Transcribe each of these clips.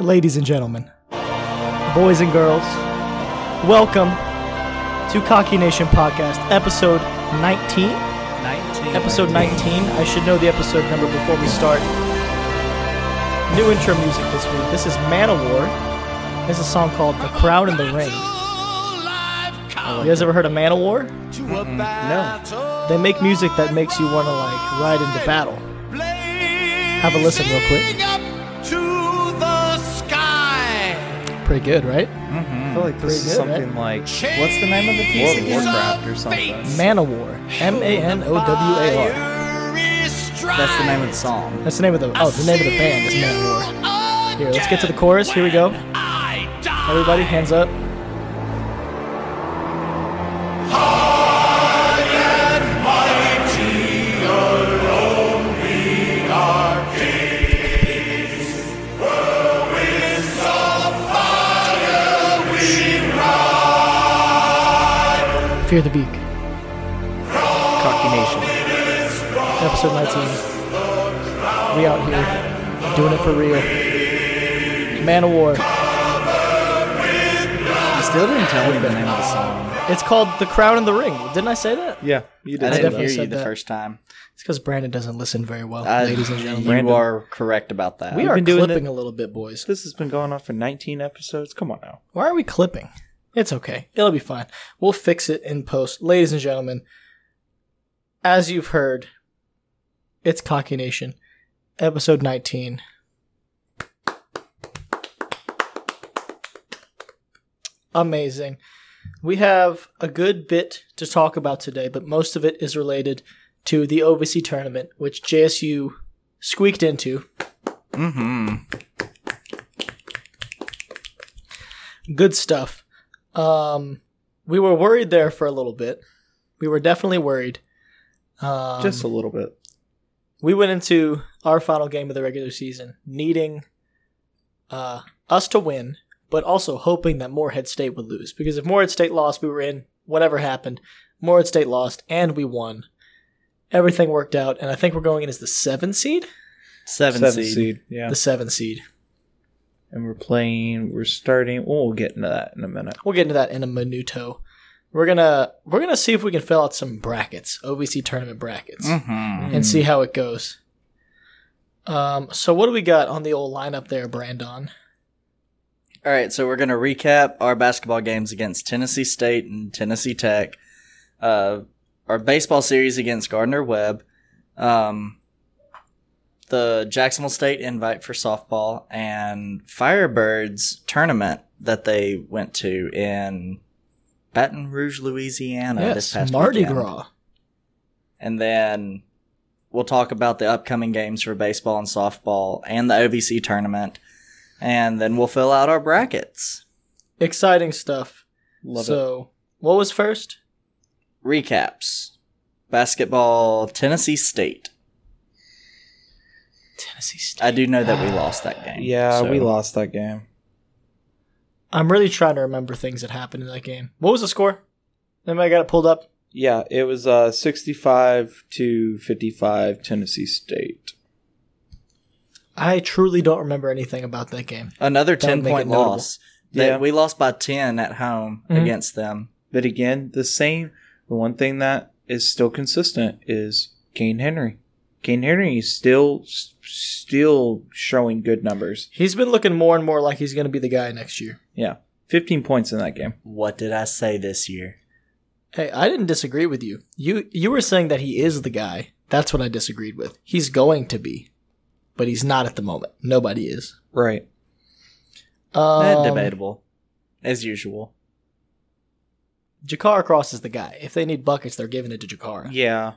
ladies and gentlemen, boys and girls, welcome to Cocky Nation Podcast, episode 19. 19. Episode 19. I should know the episode number before we start. New intro music this week. This is Manowar. This is a song called The Crown and the Ring. You guys ever heard of Manowar? No. They make music that makes you want to like ride into battle. Have a listen real quick. To the sky. Pretty good, right? I feel like this Pretty is good, something like what's the name of the piece Change again? Warcraft or something. Manowar. M A N O W A R. That's the name of the song. That's the name of the oh, the name of the band is Manowar. Here, let's get to the chorus. Here we go. Everybody, hands up. Fear the Beak, Cocky Nation. episode 19. We out here, doing it for real. Man of War. You still didn't tell me the name of the song. It's called The Crown and the Ring. Didn't I say that? Yeah, you did. I I didn't definitely hear you said the that. first time. It's because Brandon doesn't listen very well, I- ladies and gentlemen. you are correct about that. we are been doing clipping a little bit, boys. This has been going on for 19 episodes. Come on now. Why are we clipping? It's okay. It'll be fine. We'll fix it in post. Ladies and gentlemen, as you've heard, it's Cocky Nation, episode 19. Amazing. We have a good bit to talk about today, but most of it is related to the OVC tournament, which JSU squeaked into. Mm-hmm. good stuff. Um, we were worried there for a little bit. We were definitely worried. Um, Just a little bit. we went into our final game of the regular season needing uh, us to win, but also hoping that Moorhead State would lose. Because if Moorhead State lost, we were in. Whatever happened, Moorhead State lost, and we won. Everything worked out, and I think we're going in as the seven seed. Seven, Seven seed. seed. Yeah. The seven seed. And we're playing, we're starting. Well, we'll get into that in a minute. We'll get into that in a minuto. We're gonna we're gonna see if we can fill out some brackets, OVC tournament brackets, Mm-hmm. and see how it goes. Um, so what do we got on the old lineup there, Brandon? All right, so we're going to recap our basketball games against Tennessee State and Tennessee Tech, uh, our baseball series against Gardner Webb, um, the Jacksonville State invite for softball, and Firebirds tournament that they went to in Baton Rouge, Louisiana this yes, past Mardi weekend. Gras. And then we'll talk about the upcoming games for baseball and softball and the OVC tournament, and then we'll fill out our brackets. Exciting stuff. Love it. so what was first? recaps basketball tennessee state Tennessee State. i do know that we lost that game Yeah, so- we lost that game. I'm really trying to remember things that happened in that game. What was the score? Anybody got it pulled up? Yeah, it was uh, 65 to 55 Tennessee State. I truly don't remember anything about that game. another That would 10 make point it notable. loss They- Yeah. we lost by 10 at home Mhm. against them But again, the same. The one thing that is still consistent is Kane Henry. Kane Henry is still s- still showing good numbers. He's been looking more and more like he's going to be the guy next year. Yeah, 15 points in that game. what did i say this year Hey, I didn't disagree with you. You you were saying that he is the guy. That's what I disagreed with. He's going to be, but he's not at the moment. Nobody is. Right. Um, Eh, debatable as usual Jakar Cross is the guy. If they need buckets, they're giving it to Jakar. Yeah.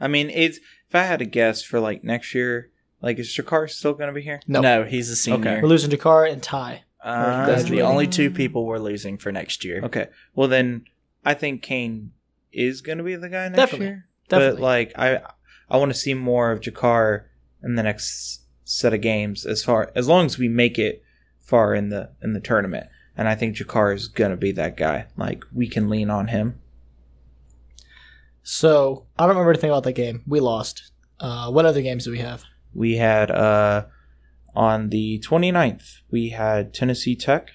I mean, it's if I had to guess for like next year, like is Shakar still going to be here? No. he's a senior Okay. We're losing Jakar and Ty. Uh, that's the Graduating. only two people we're losing for next year okay. Well, then I think Kane is going to be the guy next Definitely. year. Definitely. But like I, I want to see more of Jakar in the next set of games. As far as long as we make it far in the in the tournament, and I think Jakar is going to be that guy. Like we can lean on him. So I don't remember anything about that game. We lost. Uh, what other games do we have? We had uh on the 29th, we had Tennessee Tech,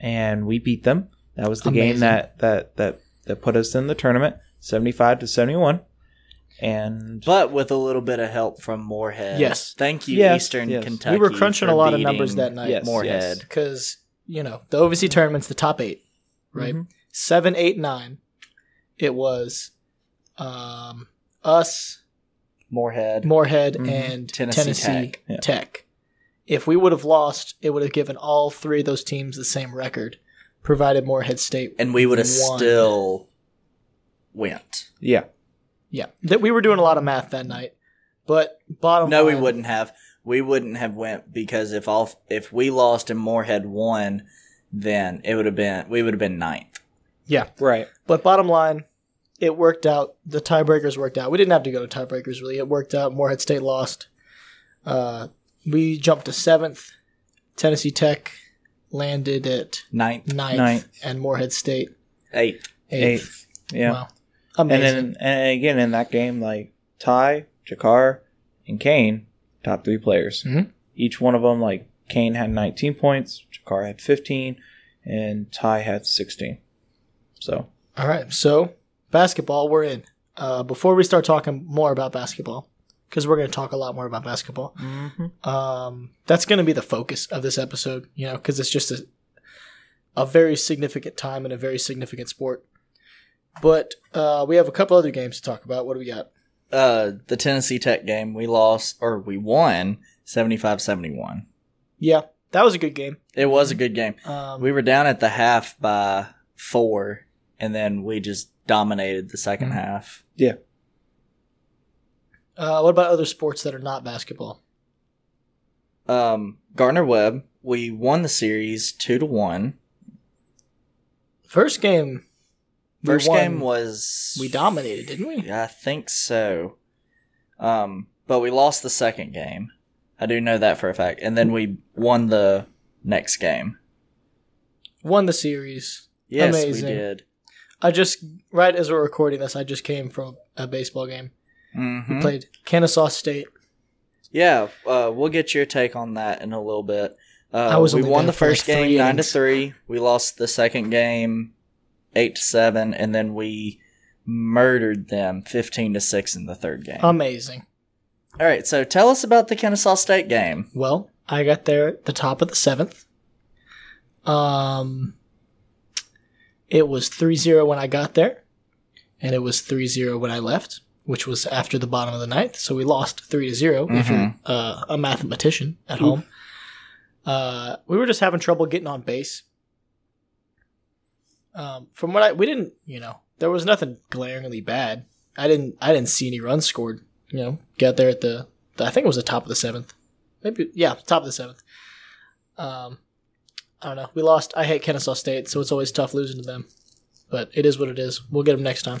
and we beat them. That was the game Amazing. that that that that put us in the tournament, 75 to 71. And But with a little bit of help from Moorhead. Yes. Thank you, Yes, Eastern yes. Kentucky. We were crunching for a lot of beating numbers that night. Yes, Moorhead. yes. because you know the OVC tournament's the top eight, Mm-hmm. right? Mhm. Seven, eight, nine. It was um, us, Moorhead. Moorhead, Mhm. and Mm-hmm. Tennessee Tennessee, Tech. Tech. Yeah. If we would have lost, it would have given all three of those teams the same record, provided Moorhead State and we would have won. still went. yeah, Yeah, that we were doing a lot of math that night, but bottom No, we line- wouldn't have. We wouldn't have went because if all if we lost and Moorhead won, then it would have been we would have been ninth. Yeah, right. But bottom line, it worked out. The tiebreakers worked out. We didn't have to go to tiebreakers really. It worked out. Morehead State lost. Uh, we jumped to seventh. Tennessee Tech landed at Ninth, ninth, Ninth. and Morehead State eighth. eighth. Eighth. Yeah. Wow. Amazing. And then and again in that game, like Ty, Jakar, and Kane, top three players. Mhm. Each one of them, like Kane had 19 points, Jakar had 15, and Ty had 16. So All right. So basketball, we're in. Uh, before we start talking more about basketball, because we're going to talk a lot more about basketball. um, that's going to be the focus of this episode, you know, because it's just a, a very significant time and a very significant sport. But uh, we have a couple other games to talk about. What do we got? Uh, the Tennessee Tech game we lost or we won 75-71. Yeah, that was a good game. It was a good game. Um, We were down at the half by four, and then we just dominated the Mhm. 2nd Mm-hmm. half. uh, what about other sports that are not basketball? Um, Garner Webb, we won the series two to one. First game, we First won. game was we dominated, didn't we? Yeah, I think so. Um, but we lost the second game. I do know that for a fact. And then we won the next game. Won the series. Yes, Amazing. we did. I just right as we're recording this, I just came from a baseball game. Mhm. Played Kennesaw State. Yeah, uh, we'll get your take on that in a little bit. Uh, I was we only won there the for like first game three nine to innings. three. We lost the second game eight to seven, and then we murdered them fifteen to six in the third game. Amazing. All right, so tell us about the Kennesaw State game. Well, I got there at the top of the seventh. Um, it was 3 0 when I got there, and it was 3 0 when I left, which was after the bottom of the ninth. So we lost 3 to 0 if you're Mhm. uh, a mathematician at home. Uh, we were just having trouble getting on base. Um, from what I we didn't, you know, there was nothing glaringly bad. I didn't I didn't see any runs scored. You know, got there at the, I think it was the top of the seventh maybe yeah, top of the seventh. Um, I don't know. We lost. I hate Kennesaw State, so it's always tough losing to them. But it is what it is. We'll get them next time.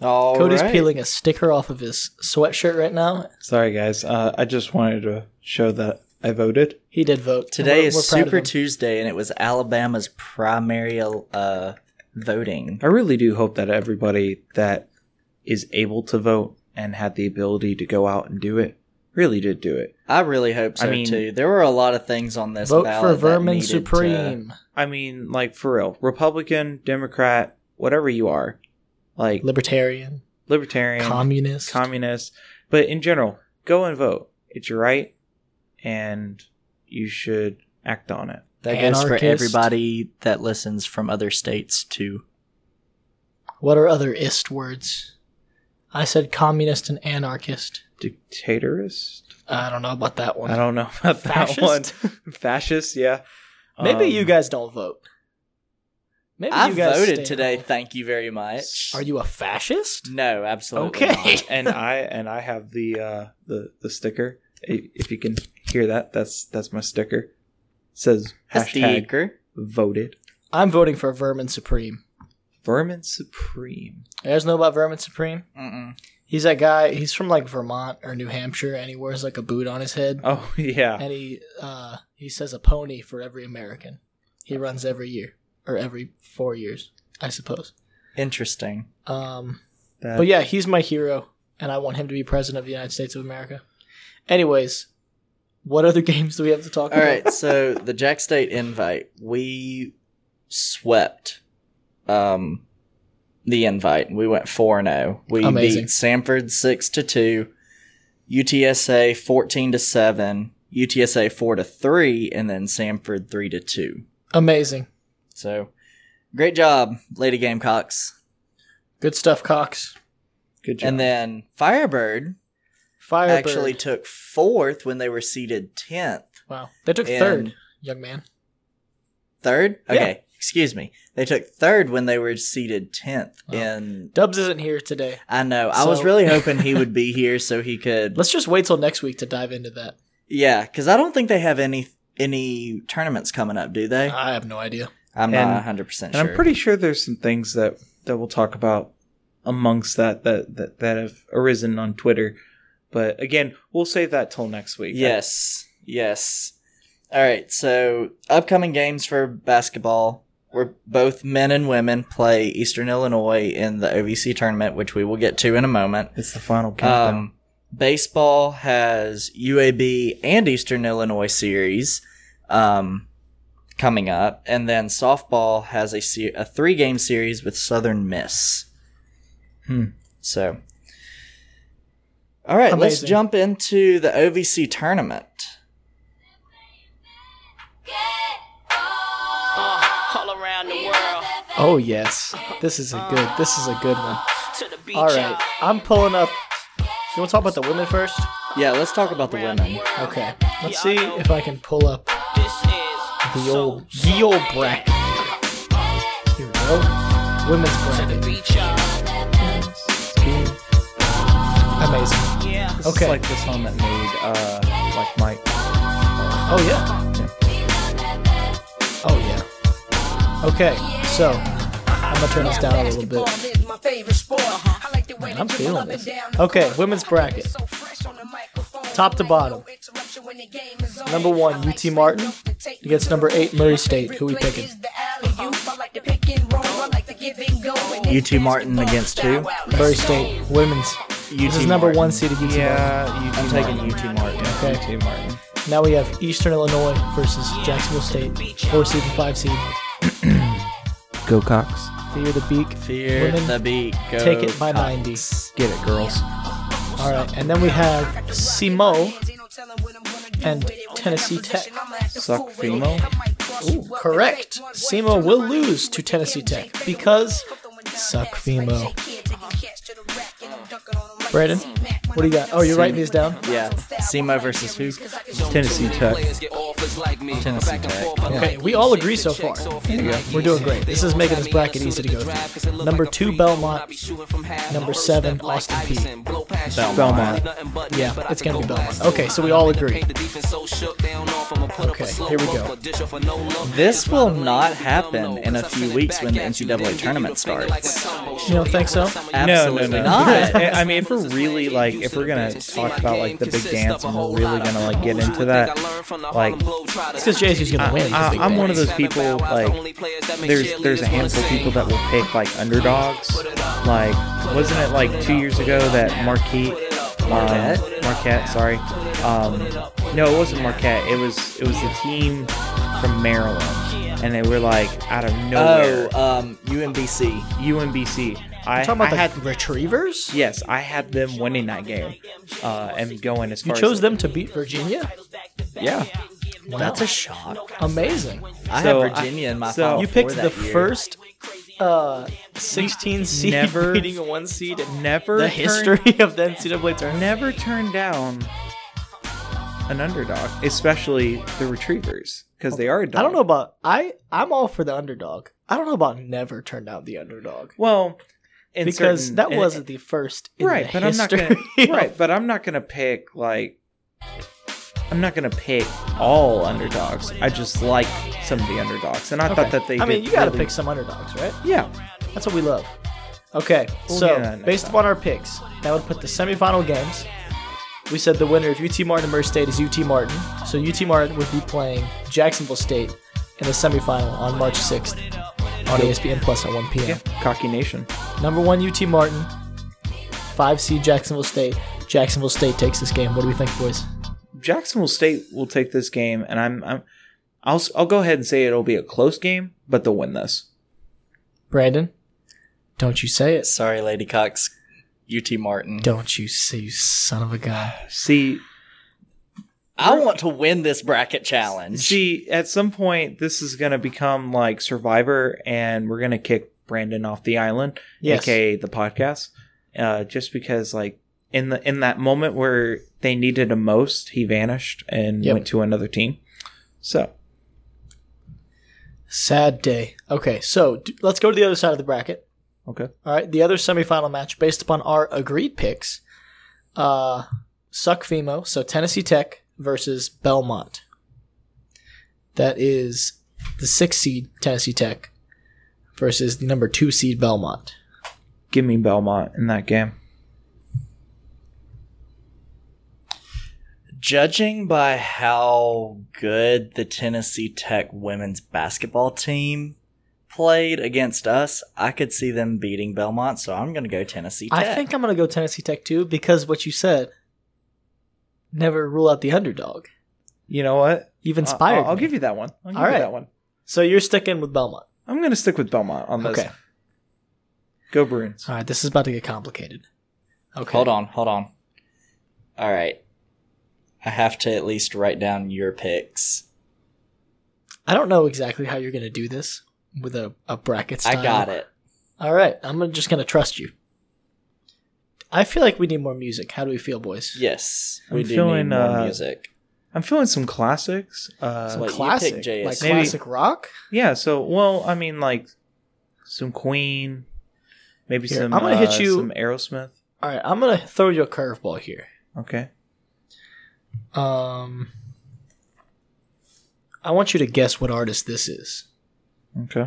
All Cody's right. peeling a sticker off of his sweatshirt right now. sorry guys, uh, I just wanted to show that I voted. He did vote Today We're- is we're proud of Super him. Tuesday, and it was Alabama's primary uh, voting. I really do hope that everybody that is able to vote and had the ability to go out and do it really did do it. I really hope so I mean- too. There were a lot of things on this vote for ballot that Vermin needed to- Supreme, I mean, like for real, Republican, Democrat, whatever you are, like Libertarian, libertarian, Communist. communist, but in general, go and vote. It's your right, and you should act on it. that goes for Anarchist. everybody that listens from other states too. what are other ist words? I said communist and anarchist. Dictatorist? I don't know about that one. I don't know about Fascist? that one. Fascist, yeah. Maybe Um, you guys don't vote. Maybe I you guys voted stay today. home. Thank you very much. Are you a fascist? No, absolutely. Okay. not. and I and I have the uh, the the sticker. I- If you can hear that, that's that's my sticker. It says That's hashtag Deaker. voted I'm voting for Vermin Supreme. vermin supreme. You guys know about Vermin Supreme? Mm-mm. He's that guy. He's from like Vermont or New Hampshire, and he wears like a boot on his head, Oh yeah, and he uh, he says a pony for every American. He runs every year or every four years, I suppose. Interesting. Um, That- but yeah, he's my hero, and I want him to be president of the United States of America. Anyways, What other games do we have to talk All about? right, so the Jack State invite, we swept um, the invite. We went four and zero. We Amazing. beat Sanford six to two, UTSA fourteen to seven, UTSA four to three, and then Sanford three to two. Amazing. So, great job, Lady Gamecocks. Good stuff, Cox. Good job. And then Firebird, Firebird. actually took fourth when they were seated tenth. wow. They took and- third, young man. Third? Yeah. Okay, excuse me. They took third when they were seated tenth Oh. in Dubs isn't here today. I know. I was So- really hoping he would be here so he could. Let's just wait till next week to dive into that. Yeah, because I don't think they have any any tournaments coming up, do they? I have no idea. I'm not Uh, and- 100 percent And sure. I'm pretty sure there's some things that that we'll talk about amongst that that that, that have arisen on Twitter. But again, we'll save that till next week. Yes, yes. All right. So upcoming games for basketball. We're both men and women play Eastern Illinois in the OVC tournament, which we will get to in a moment. It's the final countdown. Um, baseball has UAB and Eastern Illinois series um, coming up, and then softball has a se- a three game series with Southern Miss. Hmm. So, all right, let's Amazing. jump into the OVC tournament. all around the world. Oh yes, this is a good. This is a good one. To the beach, All right, I'm pulling up. You want to talk about the women first? Yeah, let's talk about the women. Okay. Let's see if I can pull up This is the old the old bracket. Here we go. Women's to the bracket. beach, y'all. Amazing. Yeah. This is okay. like the song that made uh like Mike. Oh yeah. Oh yeah. Okay, so I'm gonna turn this down a little bit. Man, I'm feeling this. Okay, women's bracket. Top to bottom. Number one, UT Martin against number eight, Murray State. Who we picking? UT Martin against who? Murray State women's. This is UT number one Martin. seeded UT. Yeah, UT I'm taking UT Martin. Okay. UT Martin. Now we have Eastern Illinois versus Jacksonville State, four seed and five seed. Go Cox. Fear the beak. Fear Women, the beat. Go Take it by Cox. 90. Get it, girls. All right, and then we have Simo and Tennessee Tech. Suck Fimo. Ooh, correct. SEMO will lose to Tennessee Tech because suck FEMO. Braden, what do you got? Oh, you're writing these down? Yeah. SEMO versus who? Tennessee Tech. Tennessee Tech. Okay, we all agree so far. We're doing great. This is making this bracket easy to go through. Number two, Belmont. Number seven, Austin Peay. Belmont. Yeah, it's gonna be Belmont. Okay, so we all agree. Okay, here we go. This will not happen in a few weeks when the NCAA tournament starts. You don't think so? No, no, Absolutely no. not. Because, eh, I mean, if we're really like, if we're gonna talk about like the big dance, and we're really gonna like get into that, like, It's because Jay-Z's gonna win. I, I'm one of those people like, there's there's a handful of people that will pick like underdogs. Like, wasn't it like two years ago that Marquette, um, Marquette? Marquette, sorry, um, no, it wasn't Marquette. It was it was the team from Maryland, and they were like out of nowhere. Oh, um, UMBC. UMBC. I, uh, talking about I the had Retrievers. yes, I had them winning that game, uh, and going as You far chose as them to beat Virginia. Yeah, Wow. That's a shock. amazing. I So, had Virginia in my so- final You four picked the that year. first uh, 16 seed Never- beating a one seed in never the turn- history of the NCAA tournament. never turn down an underdog, especially the Retrievers, because they are. A dog. I don't know about I. I'm all for the underdog. I don't know about never turned out the underdog Well, in because certain- that in- wasn't the first in right, the but history. I'm not gonna, of- right, but I'm not gonna pick like. I'm not gonna pick all underdogs. I just like some of the underdogs, and I Okay. thought that they. I mean, did you got to really- pick some underdogs, right? Yeah, That's what we love. Okay, We'll so get into that next based time. upon our picks, that would put the semifinal games. We said the winner of UT Martin and Murray State is UT Martin, so UT Martin would be playing Jacksonville State in the semifinal on March 6th on E ESPN Plus at 1 p.m. yeah, cocky nation. Number one, UT Martin. Five seed Jacksonville State. Jacksonville State takes this game. What do we think, boys? Jacksonville State will take this game, and I'm I'm I'll s- I'll go ahead and say it'll be a close game, but they'll win this. Brandon, don't you say it. Sorry, Lady Cox. UT Martin. Don't you say, you son of a gun. See, I want to win this bracket challenge. see, at some point this is gonna become like Survivor, and we're gonna kick Brandon off the island, Yes. aka the podcast, uh, just because like in the in that moment where they needed him most, he vanished and Yep. went to another team. So Sad day. Okay, so d- let's go to the other side of the bracket. okay, All right, the other semifinal match, based upon our agreed picks, uh, Suck Femo, so Tennessee Tech versus Belmont. That is the six seed Tennessee Tech versus the number two seed Belmont. give me Belmont in that game. Judging by how good the Tennessee Tech women's basketball team played against us, I could see them beating Belmont, so I'm going to go Tennessee Tech. I think I'm going to go Tennessee Tech too because what you said. Never rule out the underdog. You know what? You've Uh, inspired. I'll, I'll me. give you that one. I'll give All you right. that one. So you're sticking with Belmont. I'm going to stick with Belmont on this. Okay. Go Bruins. All right, this is about to get complicated. Okay. Hold on, hold on. All right. I have to at least write down your picks. I don't know exactly how you're going to do this with a, a bracket style. I got it. All right, I'm gonna- just going to trust you. I feel like we need more music. How do we feel, boys? Yes. I'm We do feeling, need more uh, music. I'm feeling some classics. Uh, So, like, you classic, pick JS. like Maybe- classic rock. yeah, so, well, I mean, like some Queen, maybe Here, some, I'm gonna hit uh, you- some Aerosmith. All right, I'm going to throw you a curveball here. Okay. Um, I want you to guess what artist this is. Okay.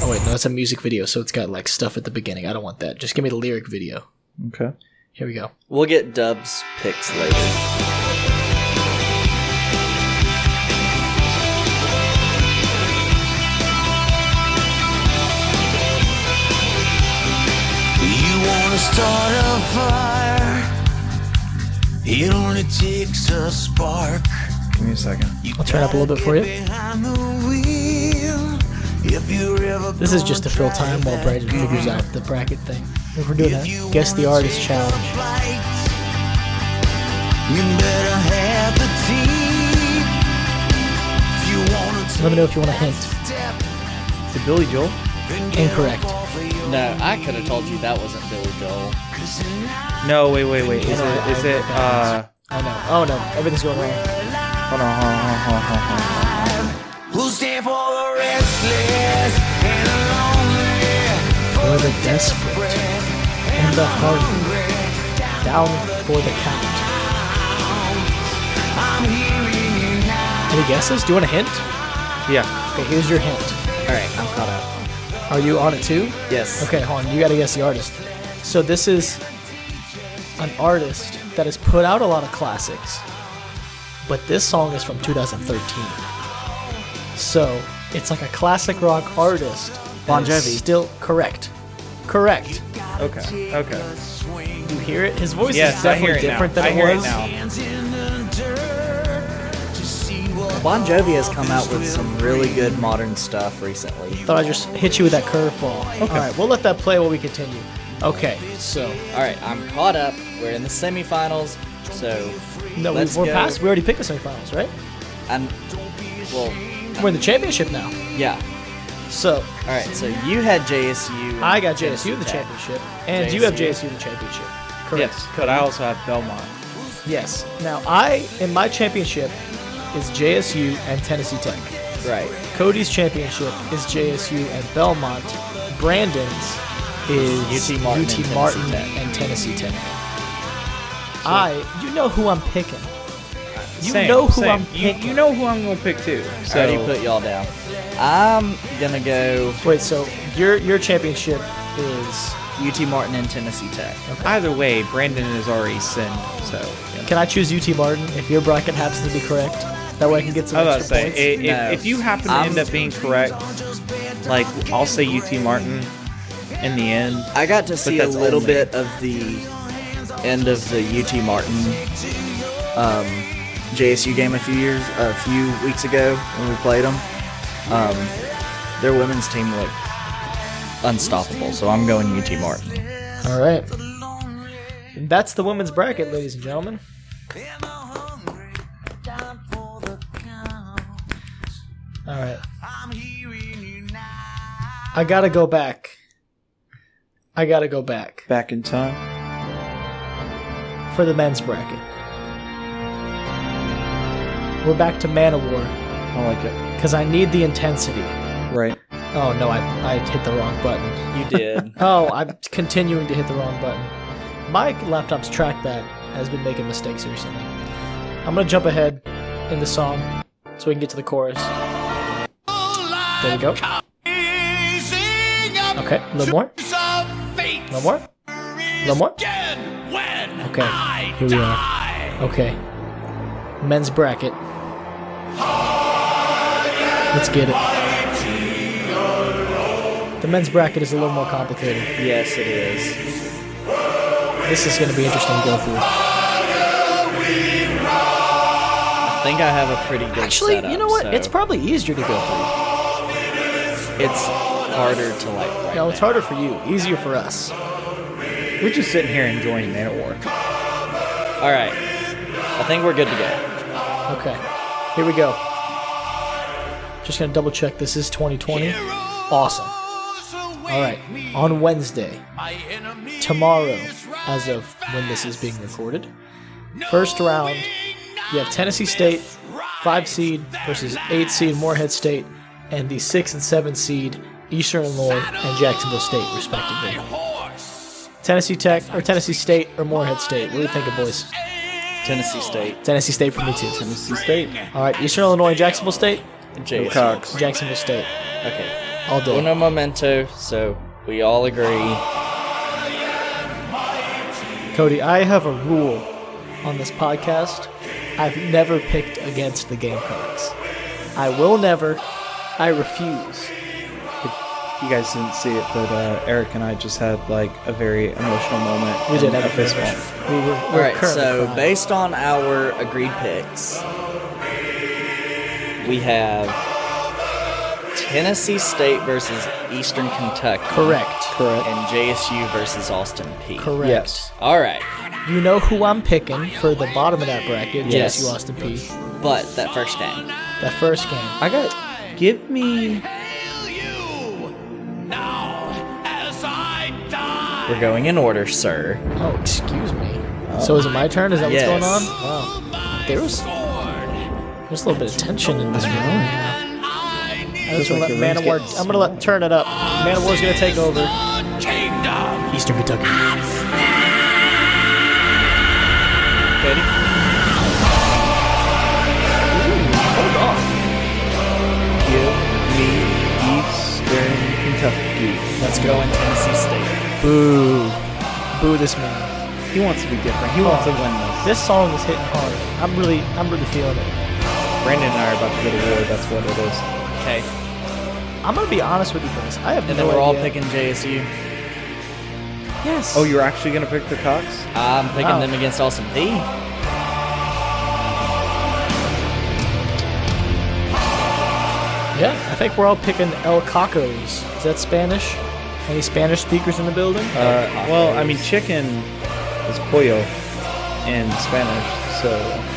Oh wait, no, it's a music video, so it's got like stuff at the beginning. I don't want that. Just give me the lyric video. Okay. Here we go. We'll get Dub's picks later. You wanna start a fire? It only takes a spark. Give me a second. You I'll turn it up a little bit for you. Behind the wheel. If you're ever This is just to fill gonna time drive while that Brandon car, figures out the bracket thing. If we're doing if you that, guess the wanna artist take challenge. a flight, You better have the team. If you wanna Let me know if you take want a that hint. step, Is it Billy Joel? then get Incorrect. up off of your No, I could have told you that wasn't Billy Joel. 'Cause tonight No, wait, wait, wait. Is it, is it, uh, Oh no! Oh no! Everything's going wrong. hold on, hold on, hold on, hold on, hold Who'll stand for the restless and the lonely? For the desperate and the hungry, down for the count. I'm hearing you now. Any guesses? Do you want a hint? on. Yeah. Okay, here's your hint. All right, I'm caught up. Are you on it too? Yes. Okay, hold on. You got to guess the artist. So this is an artist that has put out a lot of classics, but this song is from 2013. So it's like a classic rock artist. that Bon is Jovi. Still correct. Correct. Okay. Okay. You hear it? His voice Yes, is I hear definitely it now. different I than hear it it was. now. Bon Jovi has come out with some really good modern stuff recently. Thought I'd just hit you with that curveball. All right, we'll let that play while we continue. Okay, so All right, I'm caught up. We're in the semifinals, so no, we, Let's we're go. past. We already picked the semifinals, right? I'm well. We're in the championship now. Yeah. So All right, so you had JSU. and I got Tennessee JSU in the Tech. championship, and you have JSU. JSU in the championship. Correct. Yes, but I also have Belmont. Yes. Now I in my championship is JSU and Tennessee Tech. Right. Cody's championship is JSU and Belmont. Brandon's is UT Martin and Martin Tennessee Tech. and Tennessee Tech. I, you know who I'm picking. You Same, know who same. I'm You, picking. you know who I'm going to pick too. So, I already So put y'all down. I'm gonna go Wait, so your your championship is? UT Martin and Tennessee Tech. either way, Brandon is already sinned. So yeah. Can I choose UT Martin if your bracket happens to be correct? That way I can get some I was about to extra say, points. i- if, No. if you happen to I'm- end up being correct, like I'll say UT Martin in the end. I got to see a that's little only- bit of the end of the UT Martin um, JSU game a few years, a few weeks ago when we played them. Um, their women's team looked unstoppable, so I'm going UT Martin. All right. And that's the women's bracket, ladies and gentlemen. All right. I gotta go back. I gotta go back Back in time. for the men's bracket. We're back to Man of War I like it. because I need the intensity. Right. Oh no, I, I hit the wrong button. You did. Oh, I'm continuing to hit the wrong button. My laptop's trackpad has been making mistakes recently. I'm gonna jump ahead in the song so we can get to the chorus. There we go. Okay, a little more. A little more. A little more. Okay, here we are. Okay. Men's bracket. Let's get it. The men's bracket is a little more complicated. yes, it is. This is going to be interesting to go through. I think I have a pretty good Actually, setup, you know what? so It's probably easier to go through. it's harder to like. Right No, it's now. harder for you, easier for us. We're just sitting here enjoying Man at War. All right, I think we're good to go. Okay, here we go. Just going to double check this is 2020. Awesome. All right, on Wednesday, tomorrow, as of when this is being recorded, first round, you have Tennessee State, 5 seed versus 8 seed Moorhead State, and the 6 and 7 seed Eastern Illinois and Jacksonville State, respectively. Tennessee Tech or Tennessee State or Moorhead State. What do you think of boys? Tennessee State, Tennessee State for me too. Tennessee State, All right, Eastern Illinois, Jacksonville State, JSU. Cox. Jacksonville State, Okay, all day. uno momento. So we all agree. Cody, I have a rule on this podcast. I've never picked against the Gamecocks. I will never. I refuse. You guys didn't see it, but uh, Eric and I just had like a very emotional moment. We did in have a fist fist bump. bump. We were, we were All right, currently so crying. based on our agreed picks, we have Tennessee State versus Eastern Kentucky. correct, correct, And JSU versus Austin P. correct. Yes. All right, You know who I'm picking for the bottom of that bracket? Yes. JSU Austin P. but that first game. That first game. I got. Give me. We're going in order, sir. Oh, excuse me. so is it my turn? Is that Yes. what's going on? Wow. Uh, There was there's a little bit of tension in this room. I'm just gonna like let the Man of room's War. getting I'm gonna let turn it up. Man of War's gonna take over. Eastern Kentucky. Cody? Give me Eastern Kentucky. Let's go. Going Tennessee State. Boo. Boo this man. He wants to be different. He wants to win this. This song is hitting hard. I'm really, I'm really feeling it. Brandon and I are about to go to war. That's what it is. Okay, I'm gonna be honest with you guys. I have and no then we're all idea. picking JSU. Yes. Oh, you're actually gonna pick the Cox? I'm picking Wow. them against Austin P. Yeah, I think we're all picking El Cacos. Is that Spanish? Any Spanish speakers in the building? Uh, well, I mean, chicken is pollo in Spanish, so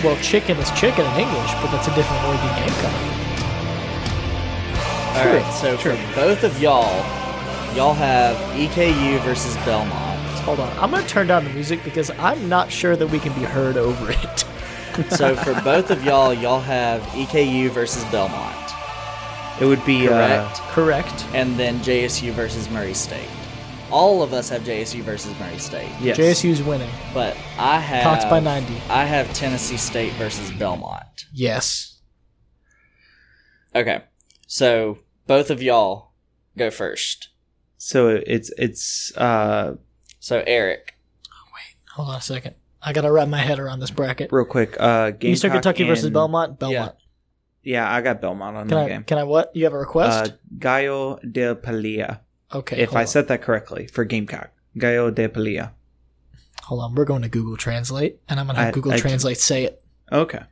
well, chicken is chicken in English, but that's a different word than Gamecock. All Sure, right, so for both of y'all, y'all have EKU versus Belmont. Hold on, I'm gonna turn down the music because I'm not sure that we can be heard over it. So for both of y'all, y'all have EKU versus Belmont, it would be correct? Correct. And then JSU versus Murray State. All of us have JSU versus Murray State, Uh, yes. JSU's winning. but I have Cox by 90. I have Tennessee State versus Belmont. Yes. Okay, so both of y'all go first. So it's it's uh So Eric, Hold on a second. I gotta wrap my head around this bracket. real quick. Uh, Gamecock Eastern Kentucky versus and- Belmont. Belmont. Yeah, I got Belmont on Can that I? game. Can I? What? You have a Uh, request? Gallo de Palia. okay. Uh, If hold I on. said that correctly for Gamecock, Gallo de Palia. hold on, we're going to Google Translate, and I'm gonna have I- Google I- Translate say it. Okay.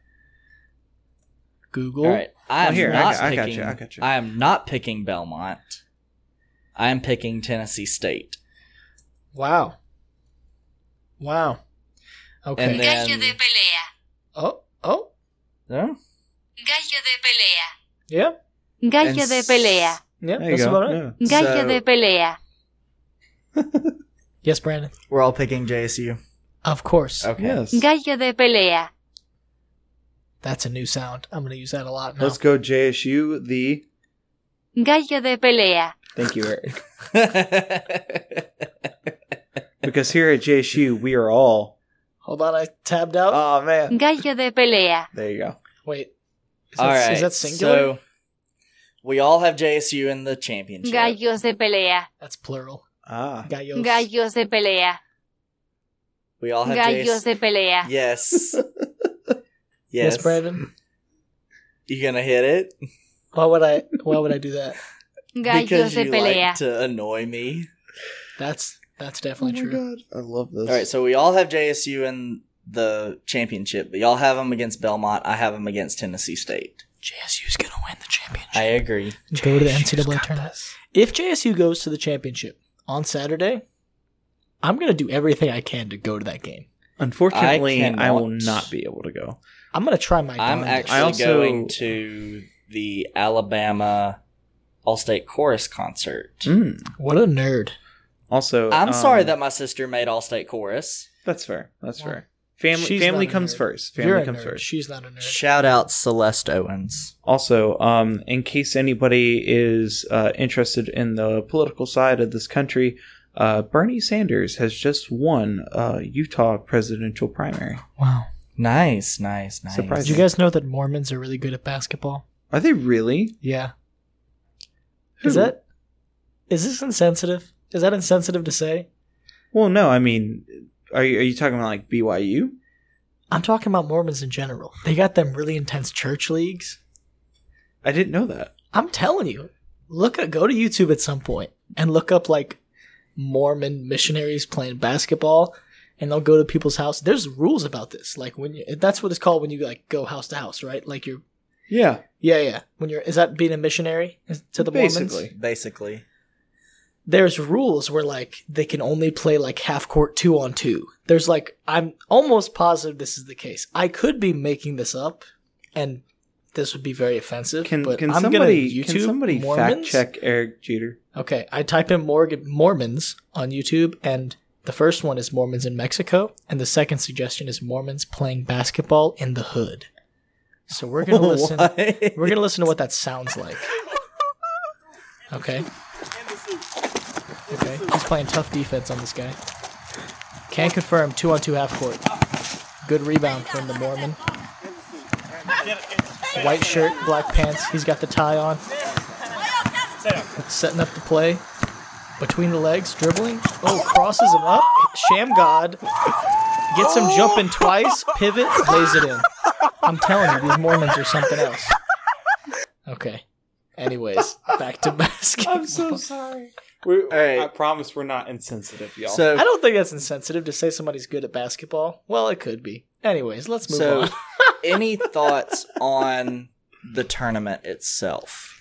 Google. All right. I am Well, here, I not got- I got picking, you, I got you. I am not picking Belmont. I am picking Tennessee State. Wow. Wow. Okay. And then- Gallo de pelea. oh, oh, No? Gallo de pelea. yeah, Gallo And de s- pelea. yeah. There you that's go. about it. Yeah. Gallo So- de pelea. Yes, Brandon. We're all picking JSU. Of course. Okay. Yes. Gallo de pelea. That's a new sound. I'm going to use that a lot now. Let's go JSU. The Gallo de pelea. thank you, Eric. because here at JSU we are all. Hold on, I tabbed out. Oh man. Gallo de pelea. There you go. Wait. Is that, all right. is that singular? So we all have JSU in the championship. Gallos de pelea. That's plural. Ah. Gallos. Gallos de pelea. We all have JSU. Gallos de pelea. Yes. Yes, yes. Brandon. You gonna hit it? Why would I? Why would I do that? Gallos because de you pelea. like to annoy me. That's that's Oh definitely true. I love this. Oh All right, so we all have JSU in the championship, but y'all have them against Belmont. I have them against Tennessee State. JSU's gonna win the championship. I agree. go to the NCAA tournament. If JSU goes to the championship on Saturday, I'm gonna do everything I can to go to that game. Unfortunately, I I, cannot- will not be able to go. I'm gonna try my. I'm darndest. actually I also- going to the Alabama All State Chorus concert. Mm. What a nerd. Also, I'm um, sorry that my sister made All State Chorus. that's fair. That's fair. Family She's family not a comes nerd. first. You're Family a comes nerd. first. She's not a nerd. Shout out Celeste Owens. Also, um, in case anybody is uh, interested in the political side of this country, uh, Bernie Sanders has just won uh, Utah presidential primary. Wow. Nice, nice, nice. Did Surprising. you guys know that Mormons are really good at basketball? Are they really? Yeah. Who? Is that? Is this insensitive? Is that insensitive to say? Well, no. I mean, are you, are you talking about like BYU? I'm talking about Mormons in general. They got them really intense church leagues. I didn't know that. I'm telling you, look at go to YouTube at some point and look up like Mormon missionaries playing basketball, and they'll go to people's house. There's rules about this, like when you that's what it's called when you like go house to house, right? Like you're Yeah, yeah yeah when you're is that being a missionary is- to the Mormons? basically. Basically, there's rules where like they can only play like half court two on two. There's like I'm almost positive this is the case. I could be making this up, and this would be very offensive. Can but can I'm somebody gonna YouTube can somebody fact Mormons. check Eric Jeter? Okay, I type in Morgan Mormons on YouTube, and the first one is Mormons in Mexico, and the second suggestion is Mormons playing basketball in the hood. So we're gonna listen. We're gonna listen to what that sounds like. Okay. Okay. He's playing tough defense on this guy. Can confirm two on two half court. Good rebound from the Mormon. White shirt, black pants. He's got the tie on. Setting up the play. Between the legs, dribbling. Oh, crosses him up. Sham God. Gets him jumping twice. Pivot, lays it in. I'm telling you, these Mormons are something else. Okay. Anyways, back to basketball. sorry. We, right. I promise we're not insensitive, y'all. so I don't think that's insensitive to say somebody's good at basketball. Well, it could be. Anyways, let's move So, on. any thoughts on the tournament itself?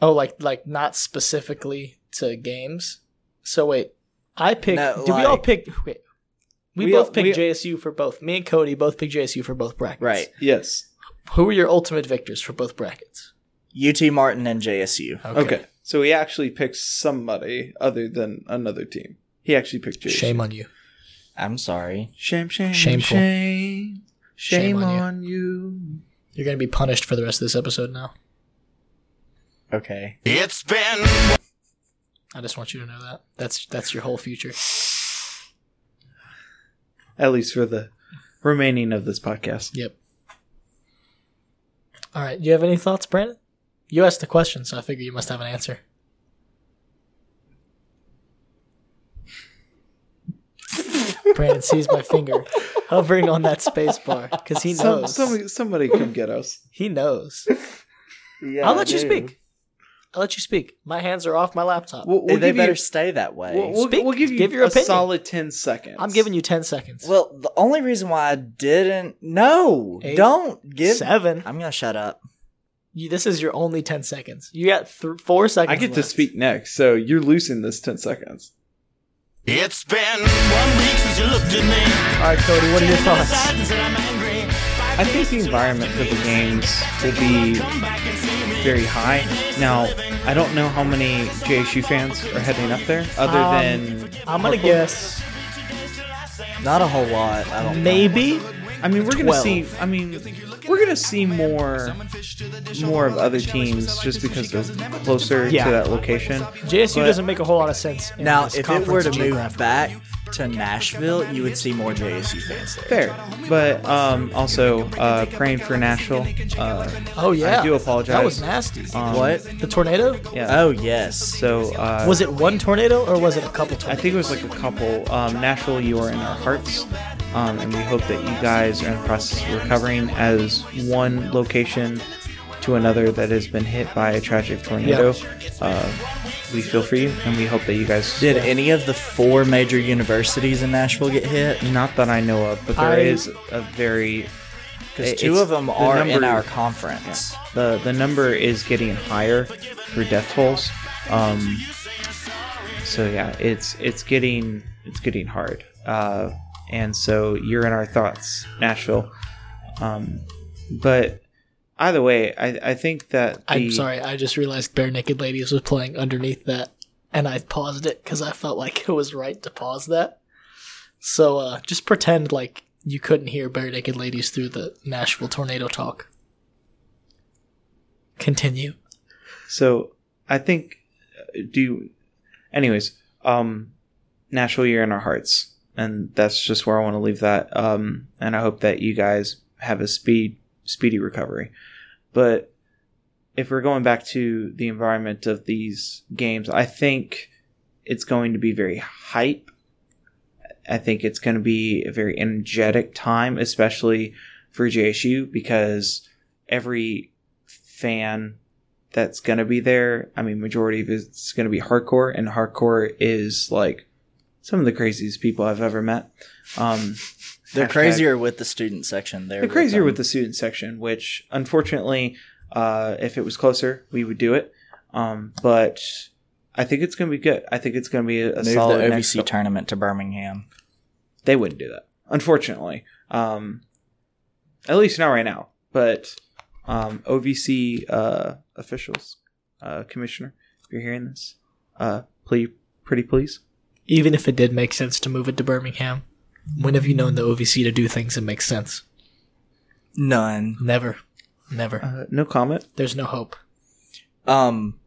Oh, like like not specifically to games. So wait, I picked. No, did we all like- pick? Wait, we, We all- both picked we- JSU for both. Me and Cody both picked JSU for both brackets. Right. yes. Who were your ultimate victors for both brackets? UT Martin and JSU. Okay. So he actually picked somebody other than another team. He actually picked JSU. Shame on you. I'm sorry. Shame, shame, Shameful. shame. Shame, Shame on you. on you. You're gonna be punished for the rest of this episode now. Okay. It's been I just want you to know that. That's that's your whole future. At least for the remaining of this podcast. Yep. All right. Do you have any thoughts, Brandon? You asked the question, so I figure you must have an answer. Brandon sees my finger hovering on that space bar because he Some, knows. somebody, somebody come get us. He knows. Yeah, I'll let you speak. I let you speak. My hands are off my laptop. We'll, we'll they give better you, stay that way. we'll, we'll- Speak. we'll give you Give your a opinion. solid 10 seconds. I'm giving you 10 seconds. Well, the only reason why I didn't no, Eight, don't give. 7 I'm gonna shut up. You, this is your only 10 seconds. You got th- four seconds. I get to left. speak next, so you're losing this 10 seconds. It's been one week since you looked at me. All right, Cody, what are your thoughts? and said I'm angry. I think the environment for the games will be very high. Now, I don't know how many JSU fans are heading up there, other Um, than I'm going to guess Not a whole lot. I don't. maybe. I mean, we're going to 12. see. I mean, we're going to see more more of other teams just because they're closer Yeah. to that location. JSU But- doesn't make a whole lot of sense. In Now, this if it conference were to move geographic. back to Nashville, you would see more JSU fans there. Fair, but um, also uh, praying for Nashville. Uh, oh yeah, I do apologize. That was nasty. um, What? the tornado? Yeah. Oh yes. So uh, Was it one tornado or was it a couple I tornadoes? think it was like a couple. Um, Nashville, you are in our hearts, um, and we hope that you guys are in the process of recovering as one location to another that has been hit by a tragic tornado. Uh, we feel for you, and we hope that you guys Did any of the four major universities in Nashville get hit? Not that I know of, but there I- is a very Because It- two it's- of them the are in number- our conference. the the number is getting higher for death tolls. Um, so yeah, it's it's getting it's getting hard. Uh, and so you're in our thoughts, Nashville. Um, but either way, I, I think that the, I'm sorry, I just realized Bare Naked Ladies was playing underneath that, and I paused it because I felt like it was right to pause that. So uh, just pretend like you couldn't hear Bare Naked Ladies through the Nashville tornado talk. Continue. So I think uh, do you, anyways, um Nashville you're in our hearts. And that's just where I want to leave that. Um and I hope that you guys have a speed speedy recovery. But if we're going back to the environment of these games, I think it's going to be very hype. I think it's going to be a very energetic time, especially for JSU, because every fan that's gonna be there. I mean, majority of it's gonna be hardcore, and hardcore is like some of the craziest people I've ever met. Um, They're hashtag- crazier with the student section. They're, They're crazier them. with the student section, which unfortunately, uh, if it was closer, we would do it. Um, but I think it's gonna be good. I think it's gonna be a, a Move solid the next OVC tournament to Birmingham. they wouldn't do that unfortunately um at least not right now but um ovc uh officials uh commissioner if you're hearing this uh please pretty please Even if it did make sense to move it to Birmingham, when have you known the OVC to do things that make sense? None. Never. Never. uh, no comment There's no hope. Um,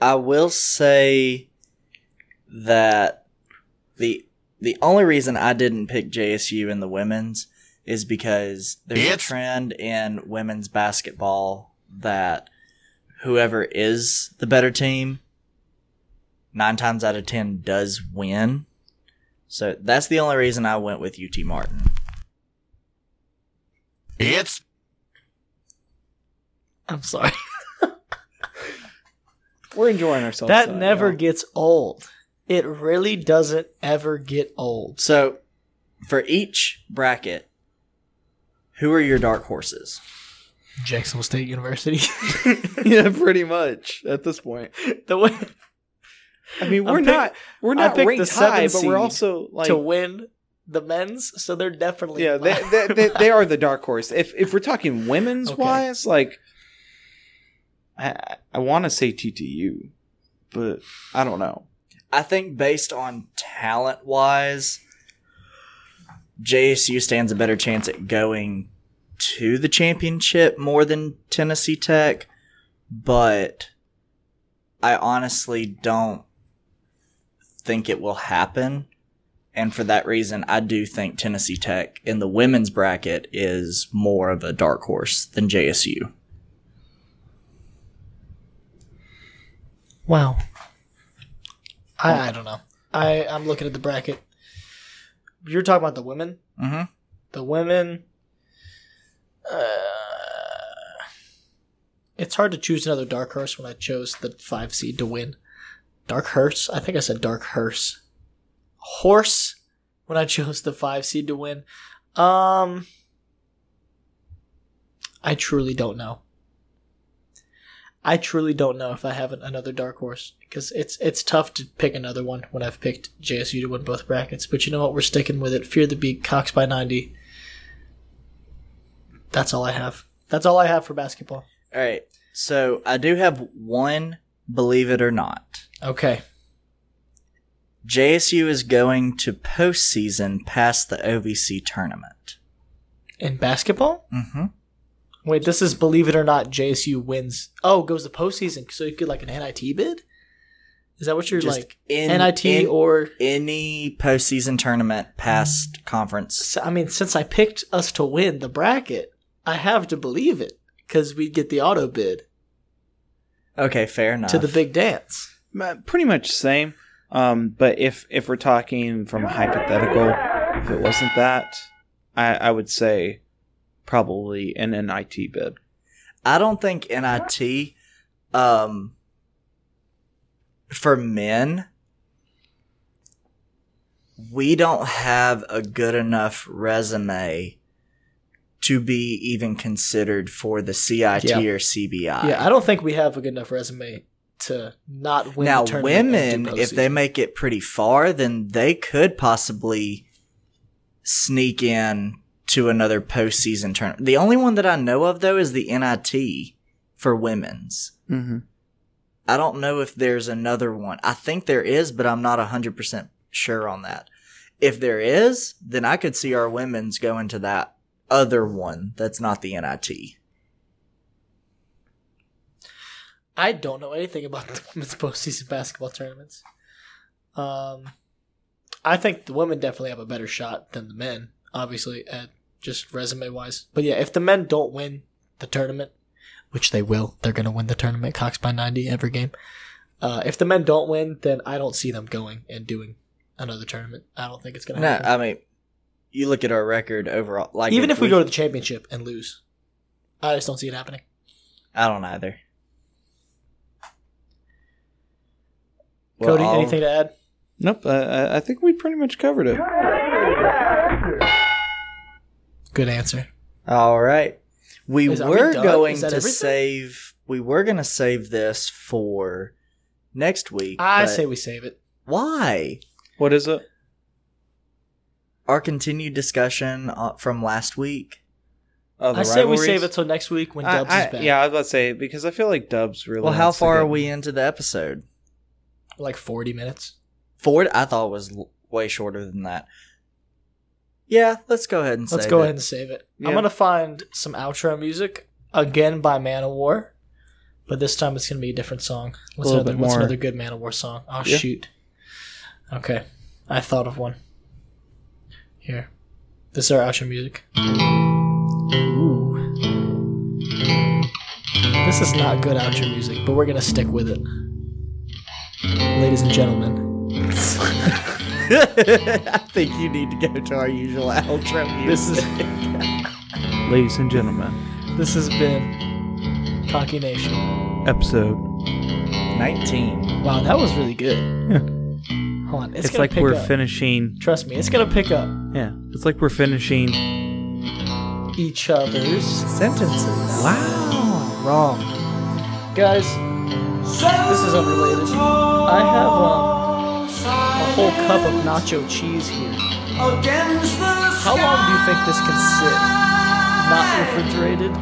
I will say that the the only reason I didn't pick JSU in the women's is because there's a It's- trend in women's basketball that whoever is the better team, nine times out of ten does win. So that's the only reason I went with UT Martin. It's I'm sorry. we're enjoying ourselves uh, That tonight, never y'all. gets old. It really doesn't ever get old. So for each bracket, who are your dark horses? Jacksonville State University. yeah pretty much at this point the way i mean I we're picked- not we're I not picked ranked the seven high but seed we're also like to win the men's, so they're definitely yeah they, they, they, they are the dark horse if if we're talking women's Okay. wise like i i want to say ttu but i don't know I think based on talent wise, JSU stands a better chance at going to the championship more than Tennessee Tech, but I honestly don't think it will happen. And for that reason, I do think Tennessee Tech in the women's bracket is more of a dark horse than JSU. wow. I, I don't know. I I'm looking at the bracket. You're talking about the women. Mm-hmm. The women. Uh, it's hard to choose another dark horse when I chose the five seed to win. Dark hearse. I think I said dark hearse. Horse. When I chose the five seed to win, um, I truly don't know. I truly don't know if I have an, another dark horse because it's it's tough to pick another one when I've picked JSU to win both brackets. But you know what? We're sticking with it. Fear the beat. Cox by ninety. That's all I have. That's all I have for basketball. All right. So I do have one, believe it or not. Okay. JSU is going to postseason past the OVC tournament. In basketball? Mm-hmm. Wait, this is believe it or not, JSU wins. Oh, goes to postseason. So you get like an NIT bid? Is that what you're Just like? in- NIT in- or Any postseason tournament past conference. So, I mean, since I picked us to win the bracket, I have to believe it because we'd get the auto bid Okay, fair enough. to the big dance. M- Pretty much same. Um, but if if we're talking from a hypothetical, if it wasn't that, I, I would say probably an NIT bid. I don't think NIT um for men we don't have a good enough resume to be even considered for the CIT Yeah. or CBI. yeah, I don't think we have a good enough resume to not win. now the tournament and women do if they postseason. make it pretty far then they could possibly sneak in to another postseason tournament. The only one that I know of though is the NIT for women's. Mm-hmm. I don't know if there's another one. I think there is, but I'm not 100% sure on that. If there is, then I could see our women's going to that other one that's not the NIT. I don't know anything about the women's postseason basketball tournaments. Um, I think the women definitely have a better shot than the men, obviously, at just resume wise. But yeah, if the men don't win the tournament, which they will, they're going to win the tournament, Cox by 90 every game. Uh, if the men don't win, then I don't see them going and doing another tournament. I don't think it's going to No, happen. I mean, you look at our record overall. Like Even if we, go to the championship and lose, I just don't see it happening. I don't either. Cody, Well, um, I'll- anything to add? Nope. I- I, I think we pretty much covered it. Good answer. All right. We Is- are we were done? going Is to that everything? save. We were going to save this for next week. I but say we save it. why? What is it? our continued discussion uh, from last week. Oh, I say we rivalries? save it till next week when I- Dubs I- is back. Yeah, I was about to say because I feel like Dubs really. Well, how wants to far get- are we into the episode? Like 40 minutes. Ford, I thought was l- way shorter than that. Yeah, let's go ahead and Let's save go it. ahead and save it. Yeah. I'm going to find some outro music again by Manowar, but this time it's going to be a different song. What's, A little another, bit what's more. another good Manowar song? Oh, Yeah. shoot. Okay. I thought of one. Here. This is our outro music. Ooh. This is not good outro music, but we're going to stick with it. Ladies and gentlemen, I think you need to go to our usual outro music. this is. ladies and gentlemen? This has been Cocky Nation. Episode. 19. Wow, that was really good. Yeah. Hold on, it's, It's, gonna like pick we're up. finishing. Trust me, it's gonna pick up Yeah, it's like we're finishing. each other's Sentences. Wow. Wrong. guys. This is unrelated. I have um, a whole cup of nacho cheese here. How long do you think this can sit not refrigerated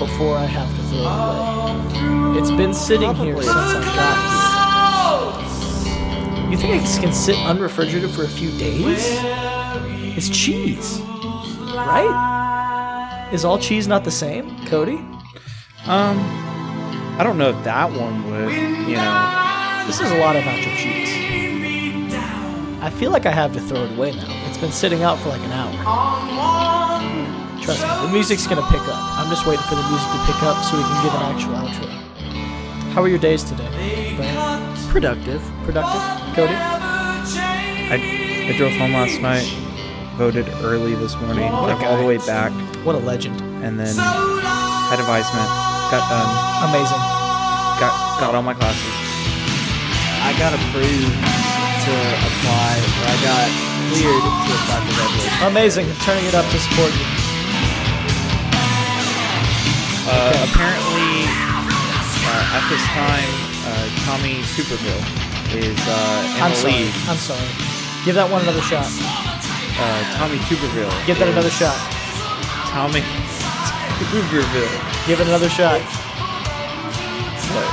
before I have to throw it away? It's been sitting here Probably. since I got here. You think it can sit unrefrigerated for a few days? It's cheese, right? Is all cheese not the same, Cody? Um, I don't know if that one would. You know, This is a lot of nacho cheese. I feel like I have to throw it away now. It's been sitting out for like an hour. Trust me, the music's gonna pick up. I'm just waiting for the music to pick up so we can give an actual outro. How are your days today? Brandon? Productive. Productive? Cody? I I drove home last night, voted early this morning, drove all the way back, What a legend. and then had advisement. Got done. Amazing. Got got all my classes. I got approved to apply, or I got cleared to apply for graduation. Amazing. I'm turning it up to support you. Uh, Apparently, uh, at this time, uh, Tommy Supergirl is uh, in I'm the sorry. lead. I'm sorry. Give that one another shot. Uh, Tommy Tuberville. Give that another is- shot. Tommy Tuberville. Give it another shot. What?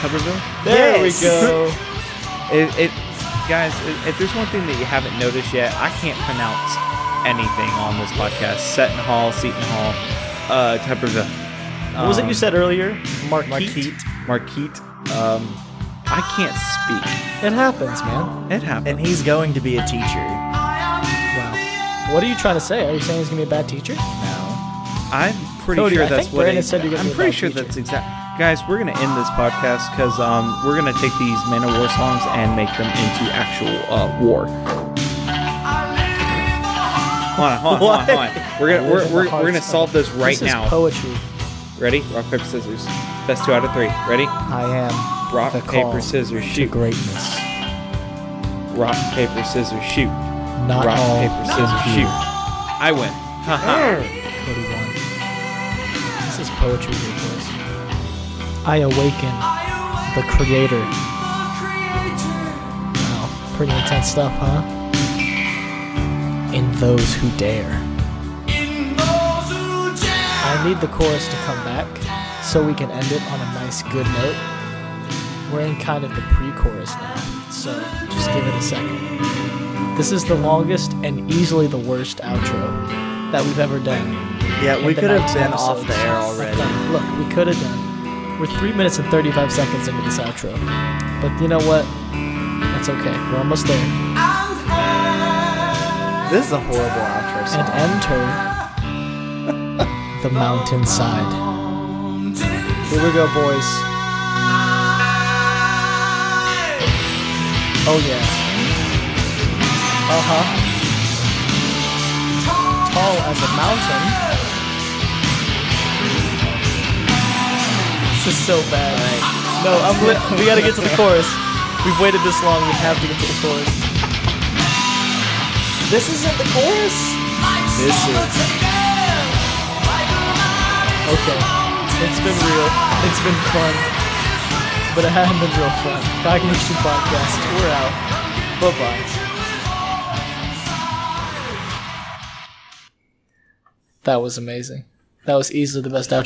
Tuberville? There Yes. we go. It, it guys, if if there's one thing that you haven't noticed yet, I can't pronounce anything on this podcast. Seton Hall, Seton Hall, uh, Tupperville. What was it you Um, said earlier? Marquette. Marquette. Marquette. Um, I can't speak. It happens, man. It happened. And he's going to be a teacher. Wow. What are you trying to say? Are you saying he's gonna be a bad teacher? now. I'm pretty Cody, sure I that's think what Brandon it- said you're gonna I'm be a pretty bad sure teacher. that's exact. Guys, we're gonna end this podcast because um, we're gonna take these Man of War songs and make them into actual uh, war. Hold on, hold on, hold on, hold on. We're gonna we're, we're, we're gonna solve this right this now. Is poetry. Ready? Rock paper scissors. Best two out of three. Ready? I am. Rock the call paper scissors to shoot. Greatness. Rock paper scissors shoot. Not Rock all paper scissors computer. shoot. I win. Haha. Cody won. This is poetry, dear boys. I awaken the creator. Wow, pretty intense stuff, huh? In those who dare. I need the chorus to come back so we can end it on a nice, good note. We're in kind of the pre chorus now, so just give it a second. This is the longest and easily the worst outro that we've ever done Yeah, we in the could have 19 been off episodes. the air I've already. done- Look, we could have done. We're three minutes and 35 seconds into this outro. But you know what? That's okay. We're almost there. This is a horrible outro And song. enter the mountainside. Here we go, boys. Oh, yeah. Uh huh. Tall as a mountain. This is so bad. No, I'm li- we gotta get to the chorus. We've waited this long, we have to get to the chorus. This isn't the chorus? This is Okay. It's been real. It's been fun. But it hasn't been real fun. Cognition Podcast, we're out. Bye bye. That was amazing. That was easily the best outro.